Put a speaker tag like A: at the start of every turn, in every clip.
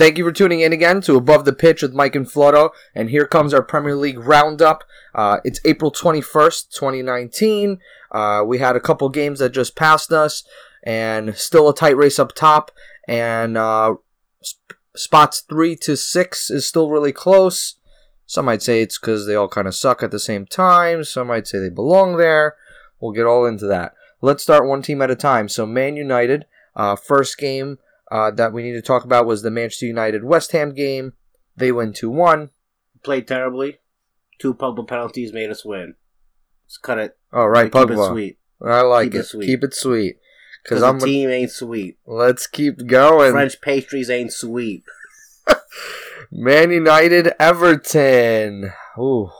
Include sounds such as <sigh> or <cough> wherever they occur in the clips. A: Thank you for tuning in again to Above the Pitch with Mike and Flotto. And here comes our Premier League roundup. Uh, it's April 21st, 2019. Uh, we had a couple games that just passed us, and still a tight race up top. And uh, sp- spots three to six is still really close. Some might say it's because they all kind of suck at the same time. Some might say they belong there. We'll get all into that. Let's start one team at a time. So, Man United, uh, first game uh, that we need to talk about was the Manchester United West Ham game. They win 2 1.
B: Played terribly. Two Pogba penalties made us win. Let's cut it.
A: All right,
B: Keep it
A: Pogba.
B: sweet.
A: I like
B: Keep it
A: it.
B: sweet.
A: Keep it sweet. Because
B: Because the
A: I'm.
B: team ain't sweet.
A: Let's keep going.
B: French pastries ain't sweet.
A: Man United Everton. Ooh,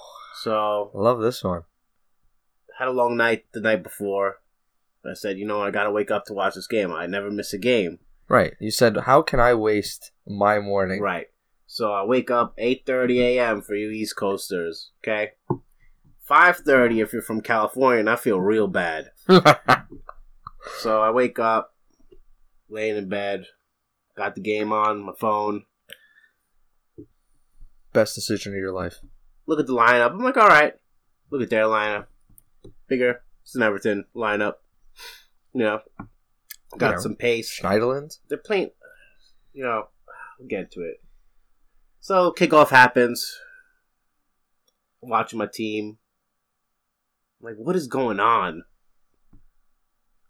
B: So,
A: love this one.
B: had a long night the night before. I said, you know, I gotta wake up to watch this game. I never miss a game.
A: Right. You said, how can I waste my morning?
B: Right. So I wake up 8:30 a.m. for you East Coasters, okay? 5:30 if you're from California, and I feel real bad. So I wake up, laying in bed, got the game on my phone.
A: <laughs> Best decision of your life.
B: Look at the lineup. I'm like, all right. Look at their lineup. Bigger. It's an Everton lineup. You know, got
A: Whatever.
B: some pace.
A: Schneiderland?
B: they're playing. You know, we'll get to it. So kickoff happens. Watching my team. Like, what is going on?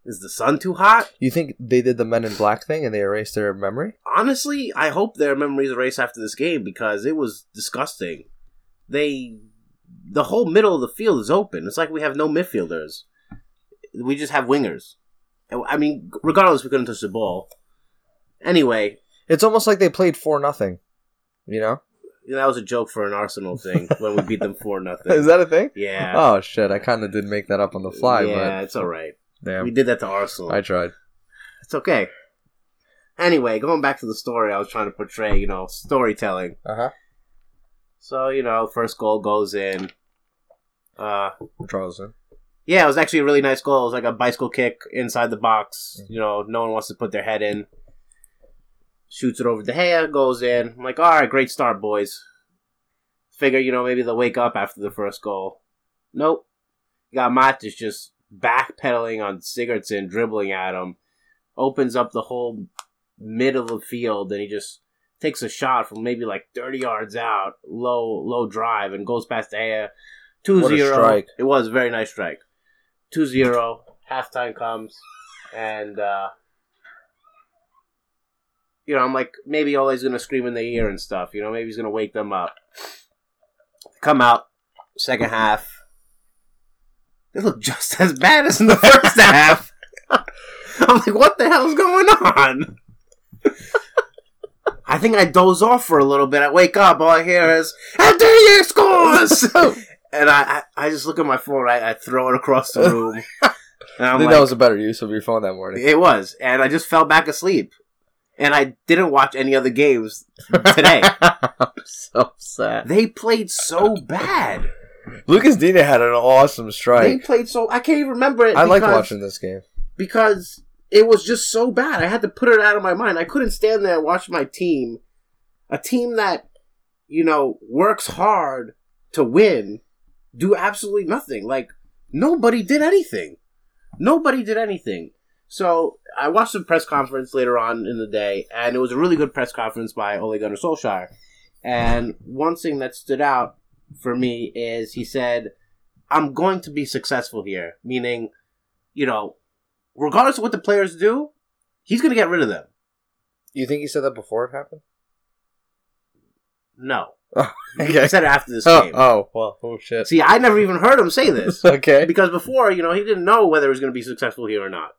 B: Is the sun too hot?
A: You think they did the Men in Black thing and they erased their memory?
B: Honestly, I hope their memories erase after this game because it was disgusting. They, the whole middle of the field is open. It's like we have no midfielders. We just have wingers. And, I mean, regardless, we couldn't touch the ball. Anyway,
A: It's almost like they played for nothing. You know?
B: Yeah, that was a joke for an
A: <laughs>
B: Arsenal thing when we beat them four nothing.
A: Is that a thing?
B: yeah,
A: Oh shit! I kind of did make that up on the fly,
B: Yeah, it's all right.
A: but damn,
B: We did that to Arsenal.
A: I tried.
B: It's okay. Anyway, going back to the story I was trying to portray, you know, storytelling.
A: Uh huh.
B: So you know, first goal goes in. Uh,
A: Charleston.
B: yeah, it was actually a really nice goal. It was like a bicycle kick inside the box. You know, no one wants to put their head in. Shoots it over De Gea, goes in. I'm like, all right, great start, boys. Figure, you know, maybe they'll wake up after the first goal. Nope. Got Matis just backpedaling on Sigurdsson, dribbling at him. Opens up the whole middle of the field, and he just takes a shot from maybe like 30 yards out, low low drive, and goes past De Gea. 2
A: What a
B: 0.
A: strike.
B: It was a very nice strike. 2 0. Halftime comes, and, uh, you know, I'm like, maybe Ole's going to scream in their ear and stuff. You know, maybe he's going to wake them up. Come out, second half. They look just as bad as in the first half. <laughs> I'm like, what the hell's going on? I think I doze off for a little bit. I wake up, all I hear is, "How dare
A: <laughs>
B: you scores!" and I, I, I just look at my phone. I, I throw it across the room. And
A: I
B: I'm
A: think
B: like,
A: that was a better use of your phone that morning.
B: it was, and I just fell back asleep. And I didn't watch any other games
A: <laughs>
B: today.
A: <laughs> I'm so sad.
B: they played so bad.
A: Lucas Dina had an awesome
B: They
A: strike.
B: played so I can't even remember it.
A: I like
B: because-
A: watching this game.
B: because it was just so bad. I had to put it out of my mind. I couldn't stand there and watch my team, a team that, you know, works hard to win, do absolutely nothing. Like, nobody did anything. Nobody did anything. So I watched the press conference later on in the day, and it was a really good press conference by Ole Gunnar Solskjaer. And one thing that stood out for me is he said, I'm going to be successful here, meaning, you know, regardless of what the players do, he's going to get rid of them.
A: You think he said that before it <laughs> happened?
B: No.
A: Okay.
B: He said it after
A: <laughs>
B: this
A: Oh,
B: game.
A: oh, well, oh shit.
B: See, I never even heard him say
A: <laughs>
B: this.
A: Okay.
B: because before, you know, he didn't know whether he was going to be successful here or not.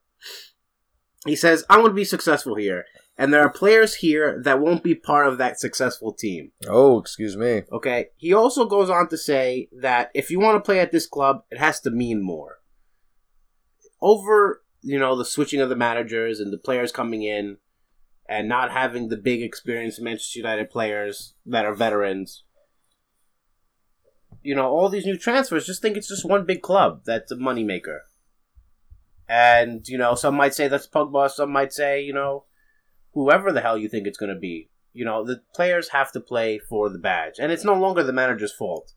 B: He says, I'm going to be successful here. And there are players here that won't be part of that successful team.
A: Oh, excuse me.
B: Okay. He also goes on to say that if you want to play at this club, it has to mean more. Over, you know, the switching of the managers and the players coming in and not having the big experienced Manchester United players that are veterans. You know, all these new transfers just think it's just one big club that's a moneymaker. And, you know, some might say that's Pogba, some might say, you know, whoever the hell you think it's going to be. You know, the players have to play for the badge, and it's no longer the manager's fault.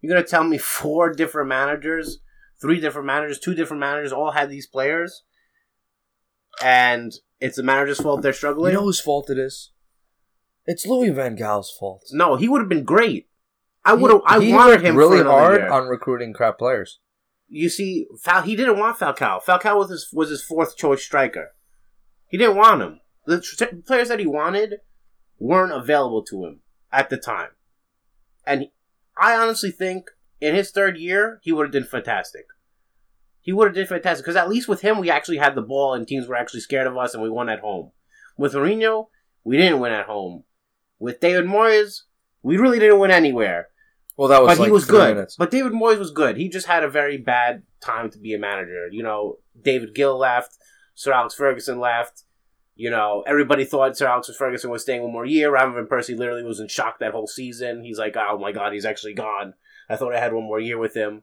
B: You're gonna tell me <laughs> four different managers, three different managers, two different managers all had these players, and it's the manager's fault they're
A: You
B: struggling.
A: know whose fault it is? It's Louis Van Gaal's fault.
B: no, he would have been great. I
A: He-
B: would have. I
A: he
B: wanted
A: worked
B: him
A: really
B: for another
A: hard
B: year.
A: on recruiting crap players.
B: you see, Fal- he didn't want Falcao. Falcao was his was his fourth choice striker. He didn't want him. The tr- players that he wanted weren't available to him at the time, and he- I honestly think in his third year he would have done fantastic. He would have done fantastic because at least with him we actually had the ball and teams were actually scared of us and we won at home. With Mourinho, we didn't win at home. With David Moyes, we really didn't win anywhere
A: Well, that was
B: but
A: like
B: he was
A: three
B: good.
A: minutes.
B: But David Moyes was good. He just had a very bad time to be a manager. You know, David Gill left, Sir Alex Ferguson left. You know, everybody thought Sir Alex Ferguson was staying one more year. Rather than Percy literally was in shock that whole season. He's like, oh my god, he's actually gone. I thought I had one more year with him.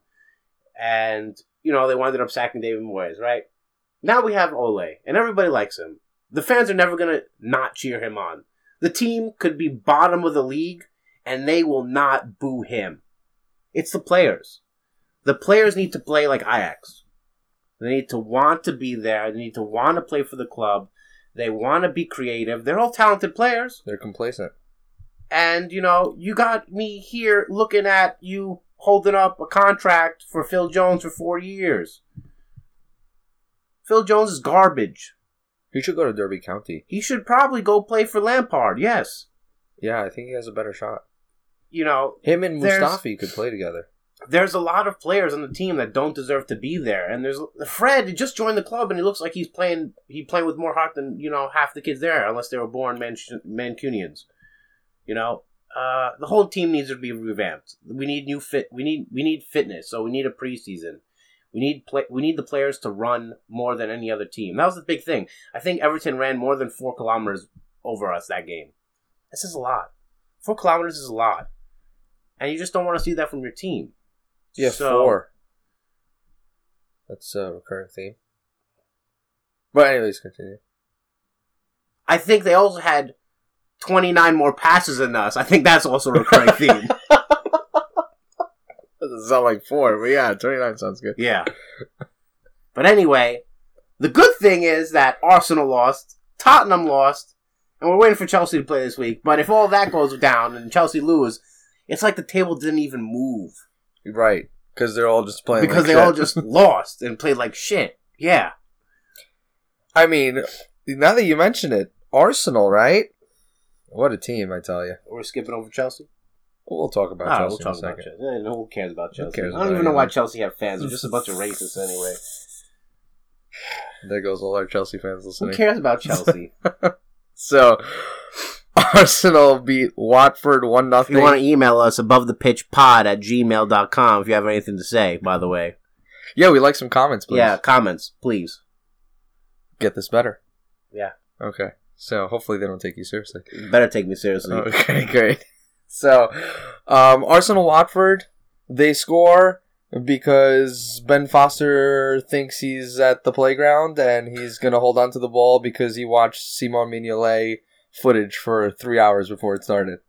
B: And, you know, they wound up sacking David Moyes, right? Now we have Ole, and everybody likes him. The fans are never going to not cheer him on. The team could be bottom of the league, and they will not boo him. It's the players. The players need to play like Ajax. They need to want to be there. They need to want to play for the club. They want to be creative. They're all talented players.
A: They're complacent.
B: And, you know, you got me here looking at you holding up a contract for Phil Jones for four years. Phil Jones is garbage.
A: He should go to Derby County.
B: He should probably go play for Lampard, yes.
A: Yeah, I think he has a better shot.
B: You know,
A: Him and
B: There's-
A: Mustafi could play together.
B: there's a lot of players on the team that don't deserve to be there. And there's Fred just joined the club, and he looks like he's playing. He playing with more heart than you know half the kids there, unless they were born Man- Mancunians. You know, uh, the whole team needs to be revamped. We need new fit. We need we need fitness. So we need a preseason. We need play. We need the players to run more than any other team. That was the big thing. I think Everton ran more than four kilometers over us that game. This is a lot. Four kilometers is a lot, and you just don't want to see that from your team.
A: Yeah,
B: So-
A: four. That's a recurring theme. But anyways, continue.
B: I think they also had 29 more passes than us. I think that's also a
A: <laughs>
B: recurring theme.
A: Doesn't sound like four, but yeah, twenty nine sounds good.
B: Yeah. But anyway, the good thing is that Arsenal lost, Tottenham lost, and we're waiting for Chelsea to play this week. But if all that goes down and Chelsea lose, it's like the table didn't even move
A: Right, because they're all just playing.
B: because
A: like
B: they
A: shit. <laughs>
B: all just lost and played like shit. Yeah.
A: I mean, now that you mention it, Arsenal, right? What a team, I tell you.
B: We're skipping over Chelsea.
A: We'll talk about
B: Ah,
A: Chelsea
B: we'll talk
A: in a
B: about
A: second.
B: Chelsea. Eh, no, who cares about
A: Who
B: Chelsea?
A: cares
B: I don't
A: about
B: even know why
A: anyone?
B: Chelsea have fans. They're just
A: <laughs>
B: a bunch of racists anyway.
A: There goes all our Chelsea fans
B: Who
A: listening.
B: cares
A: <laughs>
B: about Chelsea?
A: So, <laughs> Arsenal beat Watford one
B: If you want
A: nothing.
B: to email us, above the pitch pod at gmail.com if you have anything to say, by the way.
A: Yeah, we like some comments, please.
B: Yeah, comments, please.
A: get this better.
B: Yeah.
A: Okay. So hopefully they don't take you seriously.
B: Better take
A: <laughs>
B: me seriously.
A: Oh, Okay, great. So, um, Arsenal Watford, they score because Ben Foster thinks he's at the playground and he's gonna hold on to the ball because he watched Simon Mignolet footage for three hours before it started,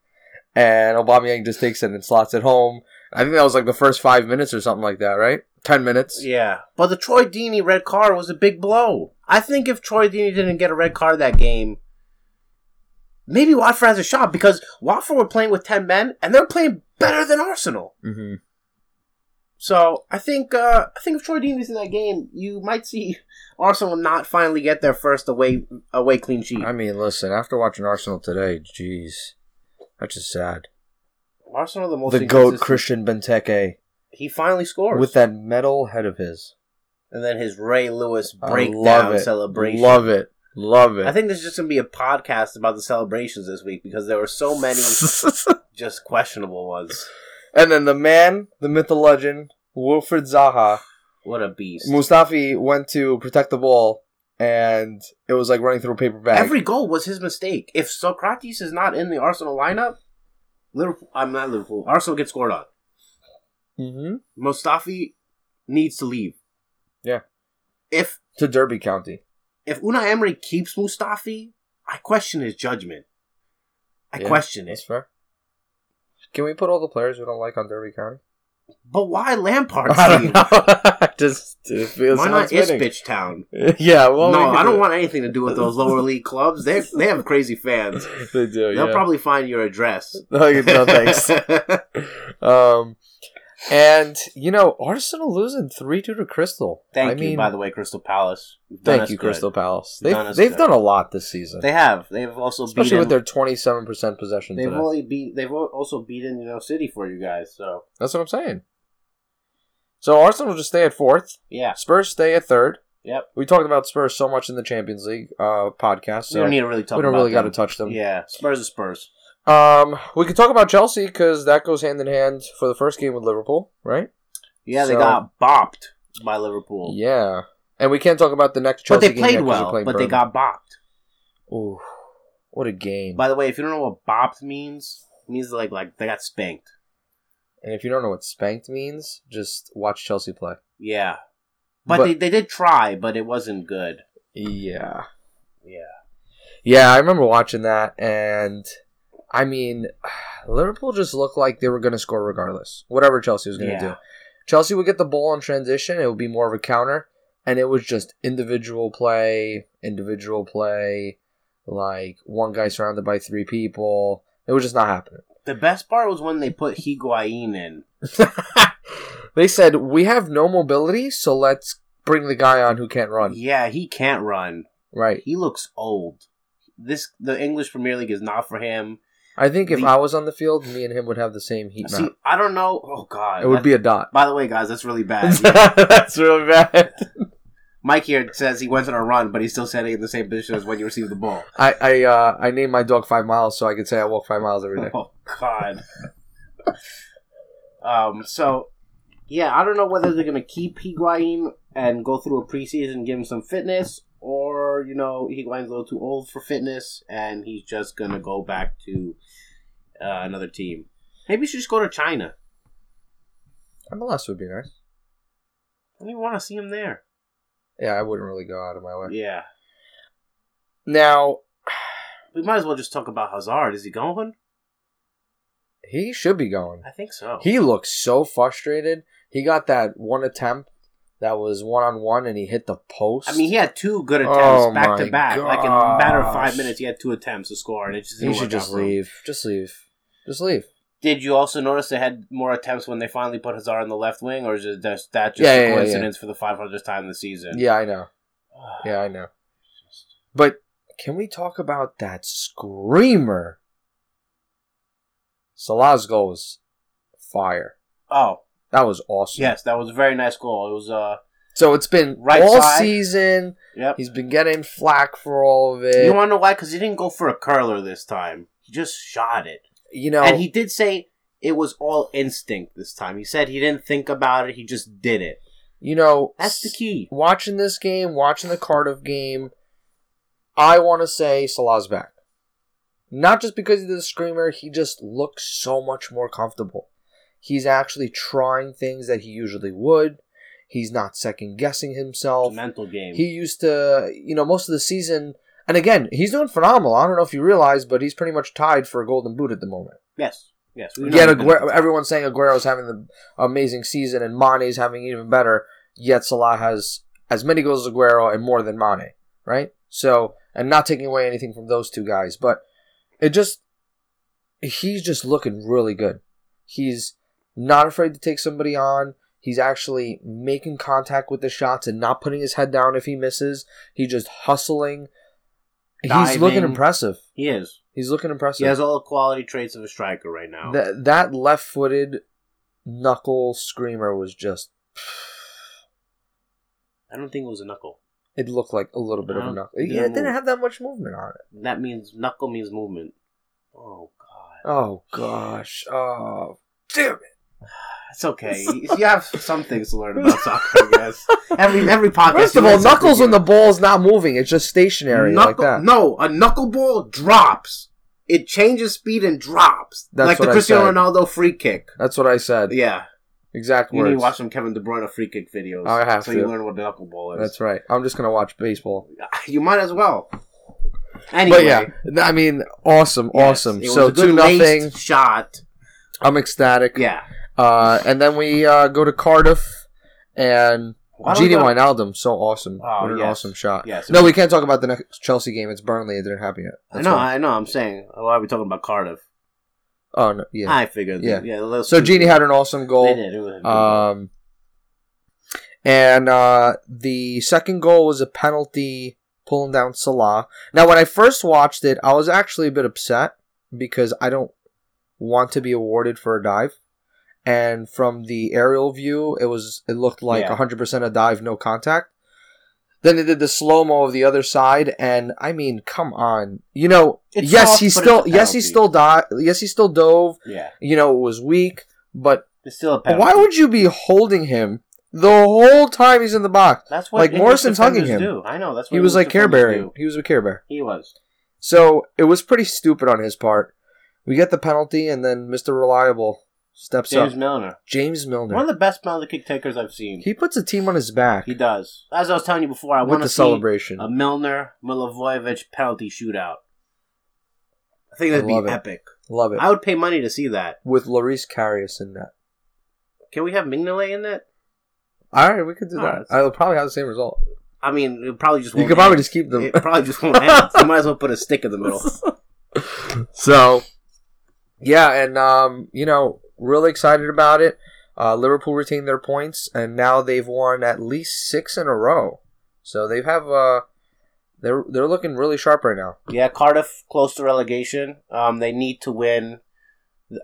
A: and Aubameyang just takes it and slots it home. I think that was like the first five minutes or something like that, right? Ten minutes.
B: yeah. But the Troy Deeney red card was a big blow. I think if Troy Deeney didn't get a red card that game, maybe Watford has a shot because Watford were playing with 10 men and they're playing better than Arsenal.
A: Mm-hmm.
B: So I think uh, I think if Troy Deeney's in that game, you might see <laughs> Arsenal not finally get their first away away clean sheet.
A: I mean, listen, after watching Arsenal today, jeez, that's just sad.
B: Arsenal are the most
A: the goat
B: inconsistent.
A: Christian Benteke
B: He finally scores
A: with that metal head of his.
B: and then his Ray Lewis
A: I
B: breakdown
A: love it.
B: celebration.
A: Love it. Love it.
B: I think there's just gonna be a podcast about the celebrations this week because there were so many just questionable ones.
A: <laughs> and then the man, the myth, the legend, Wilfred Zaha.
B: What a beast!
A: Mustafi went to protect the ball, and it was like running through a paper bag.
B: Every goal was his mistake. If Socrates is not in the Arsenal lineup, Liverpool, I'm not Liverpool. Arsenal gets scored on.
A: Mhm.
B: Mustafi needs to leave.
A: Yeah.
B: If
A: to Derby County.
B: if Unai Emery keeps Mustafi, I question his judgment. I
A: Yeah.
B: question it.
A: That's fair. Can we put all the players we don't like on Derby County?
B: But why Lampard's
A: <laughs> I
B: team?
A: don't know. just it feels
B: Why not
A: sounds fitting. <laughs>
B: Ipswich Town?
A: Yeah, well, we
B: no,
A: can
B: I
A: do
B: don't
A: it.
B: want anything to do with those lower league clubs. They they have crazy fans.
A: <laughs> They do.
B: They'll
A: yeah.
B: probably find your
A: <laughs>
B: address.
A: no, no, thanks. um, and you know, Arsenal losing three two to Crystal.
B: <laughs> Thank
A: I
B: you,
A: mean,
B: by the way, Crystal Palace. You've done
A: thank
B: us
A: you,
B: good.
A: Crystal Palace.
B: You've
A: They've
B: done us
A: they've
B: good.
A: done a lot this season,
B: They have. They've also
A: especially
B: beaten,
A: with their twenty seven percent possession.
B: They've
A: Today.
B: only beat. They've al- also beaten you know City for you guys. So
A: That's what I'm saying. So Arsenal just stay at fourth.
B: yeah,
A: Spurs stay at third.
B: yep.
A: We talked about Spurs so much in the Champions League uh, podcast.
B: we
A: So
B: don't need to really talk.
A: we don't
B: about
A: really got to
B: them.
A: touch them.
B: Yeah, Spurs are Spurs.
A: Um, we could talk about Chelsea because that goes hand in hand for the first game with Liverpool, right?
B: Yeah, they
A: So-
B: got bopped by Liverpool.
A: Yeah, and we can't talk about the next
B: but
A: Chelsea
B: they
A: game
B: played
A: yet 'cause we're
B: well.
A: playing
B: But they
A: Burnley.
B: got bopped.
A: Ooh, what a game!
B: By the way, if you don't know what bopped means, it means like like they got spanked.
A: and if you don't know what spanked means, just watch Chelsea play.
B: Yeah, but,
A: But-
B: they, they did try, but it wasn't good.
A: Yeah,
B: Yeah,
A: yeah, I remember watching that, and I mean, <sighs> Liverpool just looked like they were going to score regardless, whatever Chelsea was going to
B: Yeah.
A: do. Chelsea would get the ball in transition; it would be more of a counter, and it was just individual play, individual play, like one guy surrounded by three people. It was just not happening.
B: the best part was when they put Higuain in.
A: <laughs> they said we have no mobility, so let's bring the guy on who can't run.
B: Yeah, he can't run.
A: Right.
B: He looks old. This the English Premier League is not for him.
A: I think if
B: The-
A: I was on the field, me and him would have the same heat
B: See,
A: map.
B: I don't know. Oh God,
A: It would
B: That-
A: be a
B: <laughs>
A: dot.
B: By the way, guys, that's
A: <laughs>
B: really bad.
A: That's really bad.
B: Mike here says he went on a run, but he's still standing in the same position as when you received the ball.
A: I I uh, I named my dog Five Miles, so I could say I walk five miles
B: <laughs>
A: every day.
B: Oh God. <laughs> um. So, yeah, I don't know whether they're gonna keep Higuain and go through a preseason, give him some fitness, or you know Higuain's a little too old for fitness, and he's just gonna go back to uh, another team. Maybe he should just go to China.
A: MLS would be nice.
B: I don't even want to see him there.
A: Yeah, I wouldn't really go out of my way.
B: Yeah,
A: Now
B: we might as well just talk about Hazard. Is he going?
A: he should be going.
B: I think so.
A: He looks so frustrated. He got that one attempt that was one on one, and he hit the post.
B: I mean, he had two good attempts
A: Oh
B: back to
A: my
B: back. Like in a matter of
A: gosh.
B: five minutes, he had two attempts to score, and it just
A: he
B: didn't
A: should
B: work
A: just
B: out for him.
A: leave. Just leave. Just leave.
B: Did you also notice they had more attempts when they finally put Hazard on the left wing, or is it just, that just
A: Yeah, yeah,
B: a
A: yeah, yeah.
B: coincidence for the 500th time this season? <sighs>
A: Yeah, I know. Yeah, I know. But can we talk about that screamer? Salah's goal was fire.
B: Oh,
A: That was awesome.
B: yes, that was a very nice goal. It was, uh,
A: So it's been
B: Right
A: all
B: side.
A: season.
B: yep.
A: He's been getting flack for all of it.
B: You want to know why? Because he didn't go for a curler this time. He just shot it.
A: You know,
B: And he did say it was all instinct this time. He said he didn't think about it, he just did it.
A: you know,
B: That's the key.
A: watching this game, watching the Cardiff game, I want to say Salah's back. Not just because he's the screamer, he just looks so much more comfortable. He's actually trying things that he usually would. He's not second guessing
B: It's
A: himself.
B: a mental game.
A: He used to, you know, most of the season, and again, he's doing phenomenal. I don't know if you realize, but he's pretty much tied for a golden boot at the moment.
B: yes. Yes. we know
A: Yet
B: he's been-
A: Aguero, everyone's saying Aguero's having an amazing season and Mane's having even better. Yet Salah has as many goals as Aguero and more than Mane, right? So, and not taking away anything from those two guys, but it just he's just looking really good. He's not afraid to take somebody on. He's actually making contact with the shots and not putting his head down if he misses. He's just hustling. He's looking
B: Diving.
A: impressive.
B: He is.
A: He's looking impressive
B: He has all the quality traits of a striker right now.
A: that that left-footed knuckle screamer was just
B: I don't think it was a knuckle.
A: it looked like a little bit of a
B: Uh-huh.
A: knuckle.
B: Didn't
A: Yeah, it didn't
B: move.
A: have that much movement on it.
B: That means knuckle means movement. Oh god,
A: Oh gosh. Oh damn it. <laughs>
B: it's okay. you you have some things to learn about soccer, I guess. Every every podcast.
A: First
B: you
A: of all,
B: learn something
A: knuckles when
B: new.
A: the ball's not moving, it's just stationary like
B: Knuckle-
A: that.
B: No, a knuckleball drops. It changes speed and drops,
A: That's
B: like the
A: what I
B: Cristiano
A: said.
B: Ronaldo free kick.
A: That's what I said.
B: Yeah,
A: Exact
B: you need to
A: words. Oh,
B: watch some Kevin De Bruyne free kick videos.
A: I have
B: so
A: to.
B: you learn what a knuckleball is. Ah,
A: That's right. I'm just gonna watch baseball.
B: You might as well. Anyway,
A: But yeah, I mean, awesome,
B: yes,
A: awesome.
B: it was
A: So
B: a good
A: two nothing.
B: laced shot.
A: I'm ecstatic.
B: Yeah.
A: Uh, and then we uh, go to Cardiff and
B: Why don't we
A: Genie
B: go-
A: Wijnaldum. So awesome.
B: Oh,
A: what an
B: yes.
A: awesome shot.
B: Yes.
A: No, we can't talk about the next Chelsea game. It's Burnley. It didn't happen yet.
B: I
A: That's
B: know,
A: why.
B: I know. I'm saying why are we talking about Cardiff?
A: Oh no. Yeah.
B: I figured.
A: Yeah.
B: Yeah. yeah let's-
A: so Genie had an awesome
B: They
A: goal.
B: did, it was a good
A: Um, and uh, the second goal was a penalty pulling down Salah. Now, when I first watched it, I was actually a bit upset because I don't want to be awarded for a dive. And from the aerial view, it was it looked like
B: Yeah.
A: 100% a dive, no contact. Then they did the slow mo of the other side, and I mean, come on, you know,
B: It's
A: yes,
B: soft,
A: he
B: but
A: still,
B: it's a
A: yes, he
B: penalty.
A: still dive, yes, he still dove.
B: goal. yeah,
A: You know, it was weak, but
B: it's still a
A: but
B: penalty.
A: Why would you be holding him the whole time he's in the box?
B: that's what
A: like,
B: English
A: Morrison's hugging
B: defenders
A: him.
B: Do. I know that's what
A: He was
B: English
A: like Care
B: defenders
A: Bear.
B: do.
A: He was a Care Bear.
B: He was.
A: So it was pretty stupid on his part. We get the penalty, and then Mr. Reliable steps
B: James
A: up.
B: Milner,
A: James Milner.
B: one of the best penalty kick takers I've seen. He,
A: he puts a team on his back
B: does. As I was telling you before, I
A: with
B: want
A: the
B: to see
A: celebration.
B: a Milner Milivojevic penalty shootout. I think
A: I
B: that'd
A: love
B: be
A: it.
B: epic.
A: Love it.
B: I would pay money to see that.
A: with Lloris Karius in that.
B: Can we have Mignolet in that?
A: All right, we could do
B: Oh,
A: that.
B: that's-
A: I'll probably have the same result.
B: I mean, it probably just.
A: You
B: won't
A: could probably
B: end.
A: just keep them.
B: It probably just won't
A: <laughs>
B: end. You might as well put a stick in the middle. <laughs>
A: so yeah and um you know really excited about it uh liverpool retained their points and now they've won at least six in a row so they have uh they're they're looking really sharp right now
B: Yeah, Cardiff close to relegation. Um, they need to win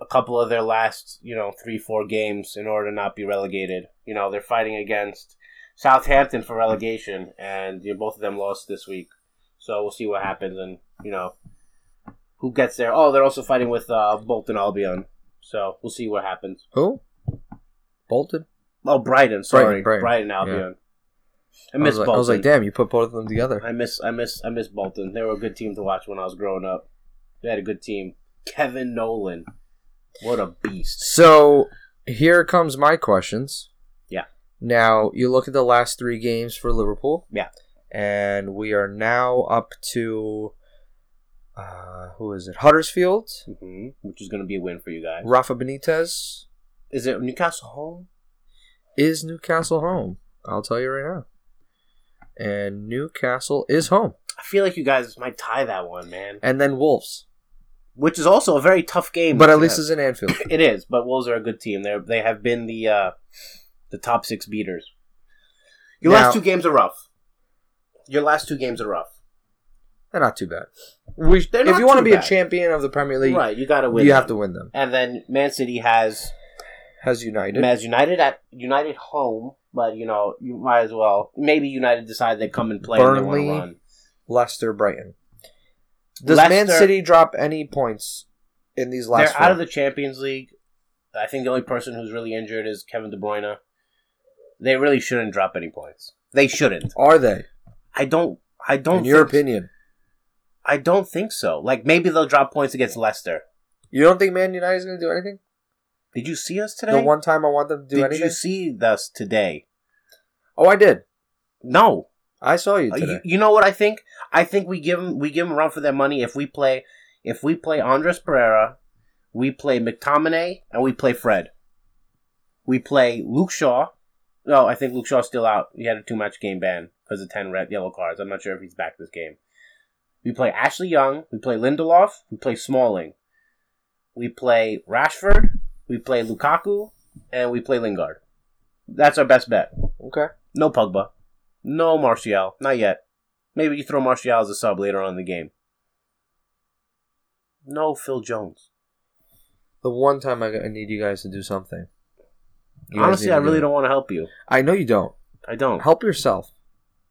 B: a couple of their last, you know, three four games in order to not be relegated. You know, they're fighting against Southampton for relegation, and you know, both of them lost this week. So we'll see what happens, and you know, who gets there. Oh, they're also fighting with uh, Bolton Albion. So we'll see what happens.
A: who bolton
B: Oh, Brighton, sorry,
A: Brighton.
B: Brighton, Albion. I
A: i,
B: miss
A: was, like,
B: Bolton.
A: I was like damn you put both of them together
B: I miss I miss I miss Bolton. They were a good team to watch when I was growing up. They had a good team. Kevin Nolan. What a beast.
A: so here comes my questions
B: Yeah.
A: now you look at the last three games for liverpool
B: Yeah.
A: and we are now up to uh, who is it huddersfield Mm-hmm.
B: hmm Which is going to be a win for you guys.
A: Rafa Benitez
B: Is it Newcastle home?
A: is Newcastle home. I'll tell you right now. And Newcastle is home.
B: I feel like you guys might tie that one, man.
A: And then Wolves.
B: Which is also a very tough game.
A: But at least it's in Anfield.
B: it is. But Wolves are a good team. They they have been the uh, the top six beaters. Your
A: Now-
B: last two games are rough. Your last two games are rough.
A: They're not too bad.
B: We, they're
A: if
B: not
A: you want to
B: too
A: be
B: bad.
A: a champion of the Premier League,
B: right? You got to
A: you
B: win.
A: have
B: them.
A: to win them.
B: And then Man City has
A: Has United.
B: As United at United home, but you know you might as well. Maybe United decide they come and play
A: Burnley.
B: and they want to run.
A: Leicester, Brighton. Does Man
B: Leicester-
A: City drop any points in these
B: They're
A: last
B: out
A: four?
B: of the Champions League. I think the only person who's really injured is Kevin De Bruyne. They really shouldn't drop any points. They shouldn't.
A: Are they?
B: I don't. I don't.
A: in your
B: think-
A: opinion.
B: I don't think so. Like maybe they'll drop points against Leicester.
A: You don't think Man United is going to do anything?
B: Did you see us today?
A: The one time I want them to do
B: Did
A: anything?
B: you see us today?
A: Oh, I did.
B: No.
A: I saw you
B: Uh,
A: today.
B: You, you know what I think? I think we give them we give them run for their money if we play if we play Andres Pereira, we play McTominay, and we play Fred. We play Luke Shaw. No, I think Luke Shaw's still out. He had a two match game ban because of ten red yellow cards. I'm not sure if he's back this game. We play Ashley Young. We play Lindelof. We play Smalling. We play Rashford. We play Lukaku, and we play Lingard. That's our best bet.
A: okay.
B: No Pogba. No Martial. Not yet. Maybe you throw Martial as a sub later on in the game. No Phil Jones.
A: The one time I, I need you guys to do something. You guys
B: Honestly,
A: need
B: I
A: to do
B: really
A: it.
B: don't want to help you.
A: I know you don't.
B: I don't.
A: Help yourself.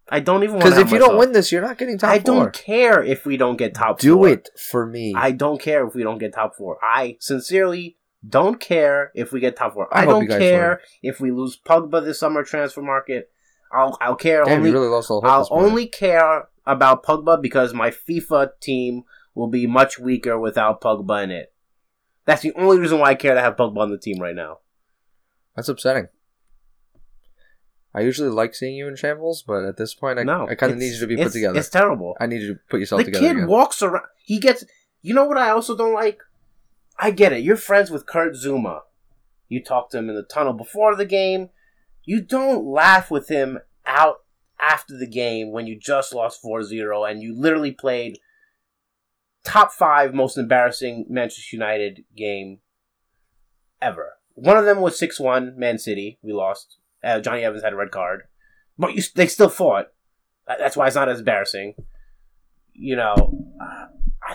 B: I don't even want to
A: Because if you don't win this, you're not getting top
B: I
A: four.
B: don't care if we don't get top
A: Do
B: four.
A: it for me.
B: I don't care if we don't get top four. I sincerely don't care if we get top four.
A: I
B: I,
A: hope
B: don't
A: you guys
B: care if we lose Pogba this summer transfer market. I'll I'll care
A: Damn,
B: only
A: you really lost all hope.
B: I'll
A: this morning.
B: only care about Pogba because my FIFA team will be much weaker without Pogba in it. That's the only reason why I care to have Pogba on the team right now.
A: That's upsetting. I usually like seeing you in shambles, but at this point, I,
B: no,
A: I kind of
B: it's-
A: need you to be
B: it's-
A: put together.
B: It's terrible.
A: I need you to put yourself
B: The
A: together.
B: kid
A: again.
B: walks around. He gets. You know what I also don't like. I get it. You're friends with Kurt Zuma. You talked to him in the tunnel before the game. You don't laugh with him out after the game when you just lost 4-0 and you literally played top five most embarrassing Manchester United game ever. One of them was 6-1 Man City. We lost. Uh, Johnny Evans had a red card. But you, they still fought. That- That's why it's not as embarrassing you know, uh,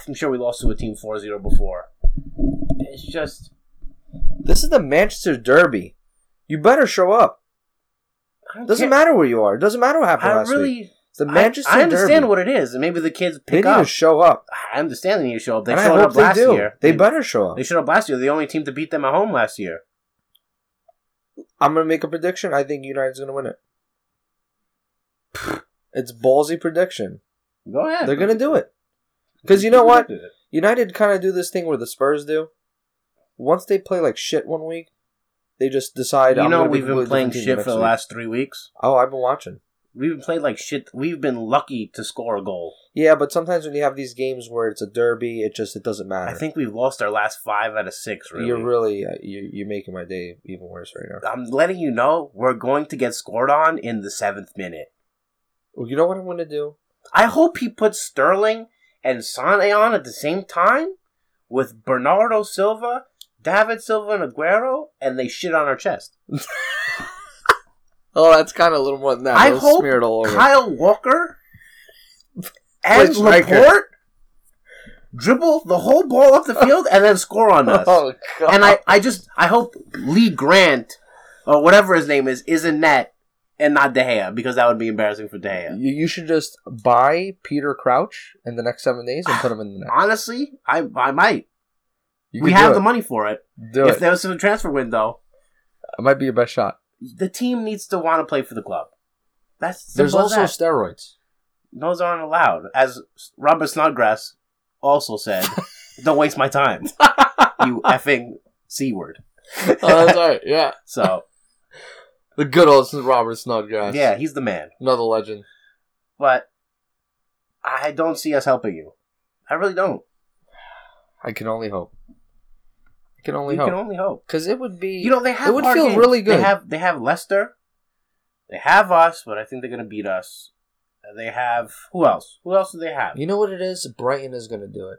B: I'm sure we lost to a team 4 0 before. It's just,
A: This is the Manchester Derby. You better show up.
B: I don't
A: Doesn't
B: care.
A: matter where you are. Doesn't matter what happened
B: I
A: last week.
B: really,
A: It's the
B: I-
A: Manchester
B: I, understand
A: Derby.
B: what it is, and maybe the kids
A: they
B: pick
A: need to
B: up.
A: show up.
B: I understand they need to show up. They
A: and
B: showed
A: I hope
B: up last
A: they do.
B: year.
A: They better show up.
B: They showed up last year. The only team to beat them at home last year.
A: I'm gonna make a prediction. I think United's gonna win it. <sighs> It's ballsy prediction.
B: Go ahead.
A: They're gonna do it. Because you know what? United kind of do this thing where the Spurs do. Once they play like shit one week, they just decide.
B: You
A: "I'm
B: know
A: gonna be
B: we've been
A: completely
B: playing
A: different team
B: shit for
A: next
B: the
A: week."
B: last three weeks.
A: Oh, I've been watching.
B: We've been played like shit. We've been lucky to score a goal.
A: Yeah, but sometimes when you have these games where it's a derby, it just it doesn't matter.
B: I think we've lost our last five out of six. Really,
A: you're really uh, you you're making my day even worse right now.
B: I'm letting you know we're going to get scored on in the seventh minute.
A: Well, you know what I'm gonna do?
B: I hope he puts Sterling and Sane on at the same time with Bernardo Silva, David Silva, and Aguero, and they shit on our chest.
A: Oh, that's kind of a little more than that.
B: I
A: It'll
B: hope
A: smear it all over.
B: Kyle
A: <laughs>
B: Walker and
A: Play striker.
B: Laporte dribble the whole ball up the field and then score on us.
A: <laughs> Oh god!
B: And I, I just, I hope Lee Grant or whatever his name is is in net and not De Gea because that would be embarrassing for De Gea.
A: You, you should just buy Peter Crouch in the next seven days and put him in the net. <sighs>
B: Honestly, I, I might.
A: You
B: we
A: can do
B: have
A: it.
B: the money for it.
A: Do
B: if
A: it.
B: there was a transfer window.
A: It might be your best shot.
B: the team needs to want to play for the club. That's
A: There's
B: simple as
A: also
B: that.
A: steroids.
B: Those aren't allowed. As Robert Snodgrass
A: <laughs>
B: also said, don't waste my time. You effing C word.
A: <laughs> oh, that's right. Yeah,
B: So,
A: the good old Robert Snodgrass.
B: yeah, he's the man.
A: another legend.
B: But I don't see us helping you. I really don't.
A: I can only hope. I can only
B: you can
A: hope
B: only hope.
A: because it would be
B: You know, they have
A: It would
B: hard
A: feel
B: games.
A: really good.
B: They have, they have Leicester. They have us, but I think they're going to beat us. They have. Who else? Who else do they have?
A: You know what it is? Brighton is going to do it.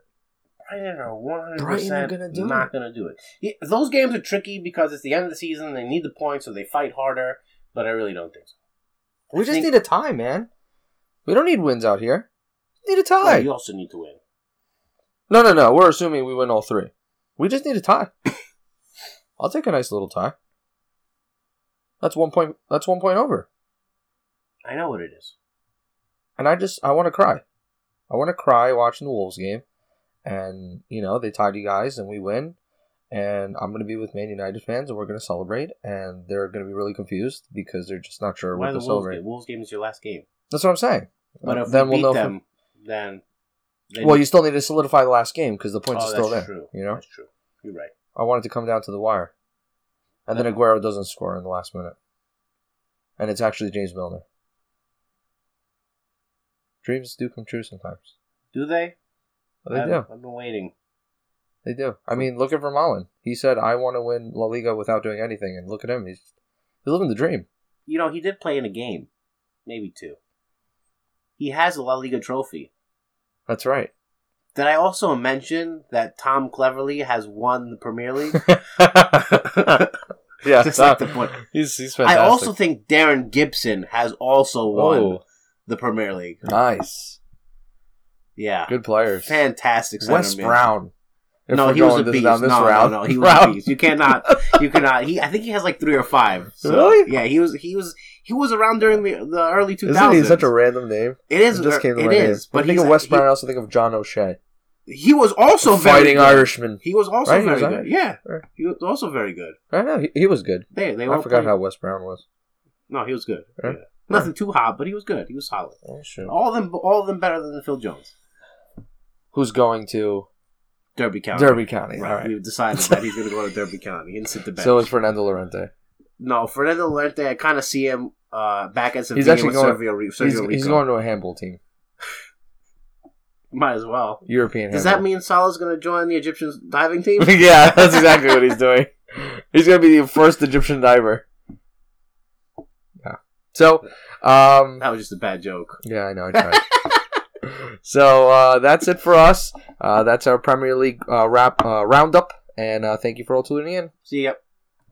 B: Brighton are one hundred
A: Brighton are
B: percent
A: gonna do
B: not
A: it.
B: going to do it. Yeah, Those games are tricky because it's the end of the season. They need the points, so they fight harder. But I really don't think so.
A: We
B: I
A: just
B: think-
A: need a tie, man. We don't need wins out here. We need a
B: Well,
A: tie.
B: you also need to win.
A: No, no, no. We're assuming we win all three. We just need a
B: <coughs>
A: tie. I'll take a nice little tie. That's one point. That's one point over.
B: I know what it is.
A: And I just I want to cry. I want to cry watching the Wolves game. And you know they tied you guys, and we win. And I'm gonna be with Man United fans, and we're gonna celebrate. And they're gonna be really confused because they're just not sure
B: Why
A: what
B: the
A: to
B: Wolves
A: celebrate.
B: game? Wolves game is your last game.
A: That's what I'm saying.
B: But
A: Uh,
B: if we beat
A: if we-
B: them, then they
A: Well, you still need to solidify the last game because the points
B: Oh,
A: are still there.
B: that's True.
A: You know,
B: that's true. You're right.
A: I wanted to come down to the wire, and then
B: Okay.
A: Aguero doesn't score in the last minute, and it's actually James Milner. Dreams do come true sometimes. Oh,
B: Do they?
A: They
B: I've,
A: do.
B: I've been waiting.
A: They do. I mean, look at Vermaelen. He said, "I want to win La Liga without doing anything," and look at him. He's he's living the dream.
B: You know, he did play in a game, maybe two. He has a La Liga trophy.
A: That's right. <laughs>
B: Did I also mention that Tom Cleverly has won the Premier
A: <laughs>
B: League?
A: yeah,
B: Just like the point.
A: <laughs> he's he's
B: I
A: fantastic.
B: also think Darren Gibson has also won
A: oh,
B: the Premier League.
A: nice,
B: Yeah,
A: good players.
B: fantastic. center
A: Wes
B: mid.
A: Brown. If
B: No,
A: we're
B: he was
A: going
B: a
A: this-
B: beast.
A: down
B: No,
A: this
B: no,
A: route- <laughs>
B: no, he was a
A: route.
B: beast. You cannot, you cannot. He, I think he has like three or five. So,
A: Really?
B: Yeah, he was, he was, he was around during the, the early two
A: Isn't
B: thousands.
A: he such a random name?
B: It is.
A: It just came to
B: it
A: my
B: is.
A: name. But
B: But
A: I think
B: he's
A: of Wes
B: he-
A: Brown. I also think of John O'Shea,
B: He, was also very
A: fighting
B: good.
A: Irishman.
B: He was also
A: Right, he
B: very
A: was
B: good.
A: Irish.
B: Yeah,
A: Right.
B: he was also very good.
A: I know he, he was good.
B: They, they
A: I
B: all
A: forgot
B: played-
A: how Wes Brown was.
B: No, he was good.
A: Right.
B: Yeah. Nothing too hot, but he was good. He was solid.
A: Oh, shoot.
B: All of them, all of them better than Phil Jones.
A: Who's going to
B: Derby County.
A: Derby County?
B: Right.
A: All right.
B: We've decided that he's going to go to Derby County and sit the bench.
A: So is Fernando Lorente.
B: no, Fernando Lorente, I kind of see him uh, uh, back at Sevilla
A: He's actually
B: with
A: going-
B: Sergio, Re- Sergio
A: He's,
B: Rico.
A: he's going to a handball team,
B: Might as well.
A: European
B: Does that
A: handball.
B: mean Salah's going to join the Egyptian diving team?
A: <laughs> yeah, that's exactly what he's
B: <laughs>
A: doing. He's going to be the first Egyptian diver. Yeah. So, um,
B: that was just a bad joke.
A: Yeah, I know. I tried. <laughs> so uh, that's it for us. Uh, that's our Premier League uh, wrap uh, roundup, and uh, thank you for all tuning in.
B: See ya.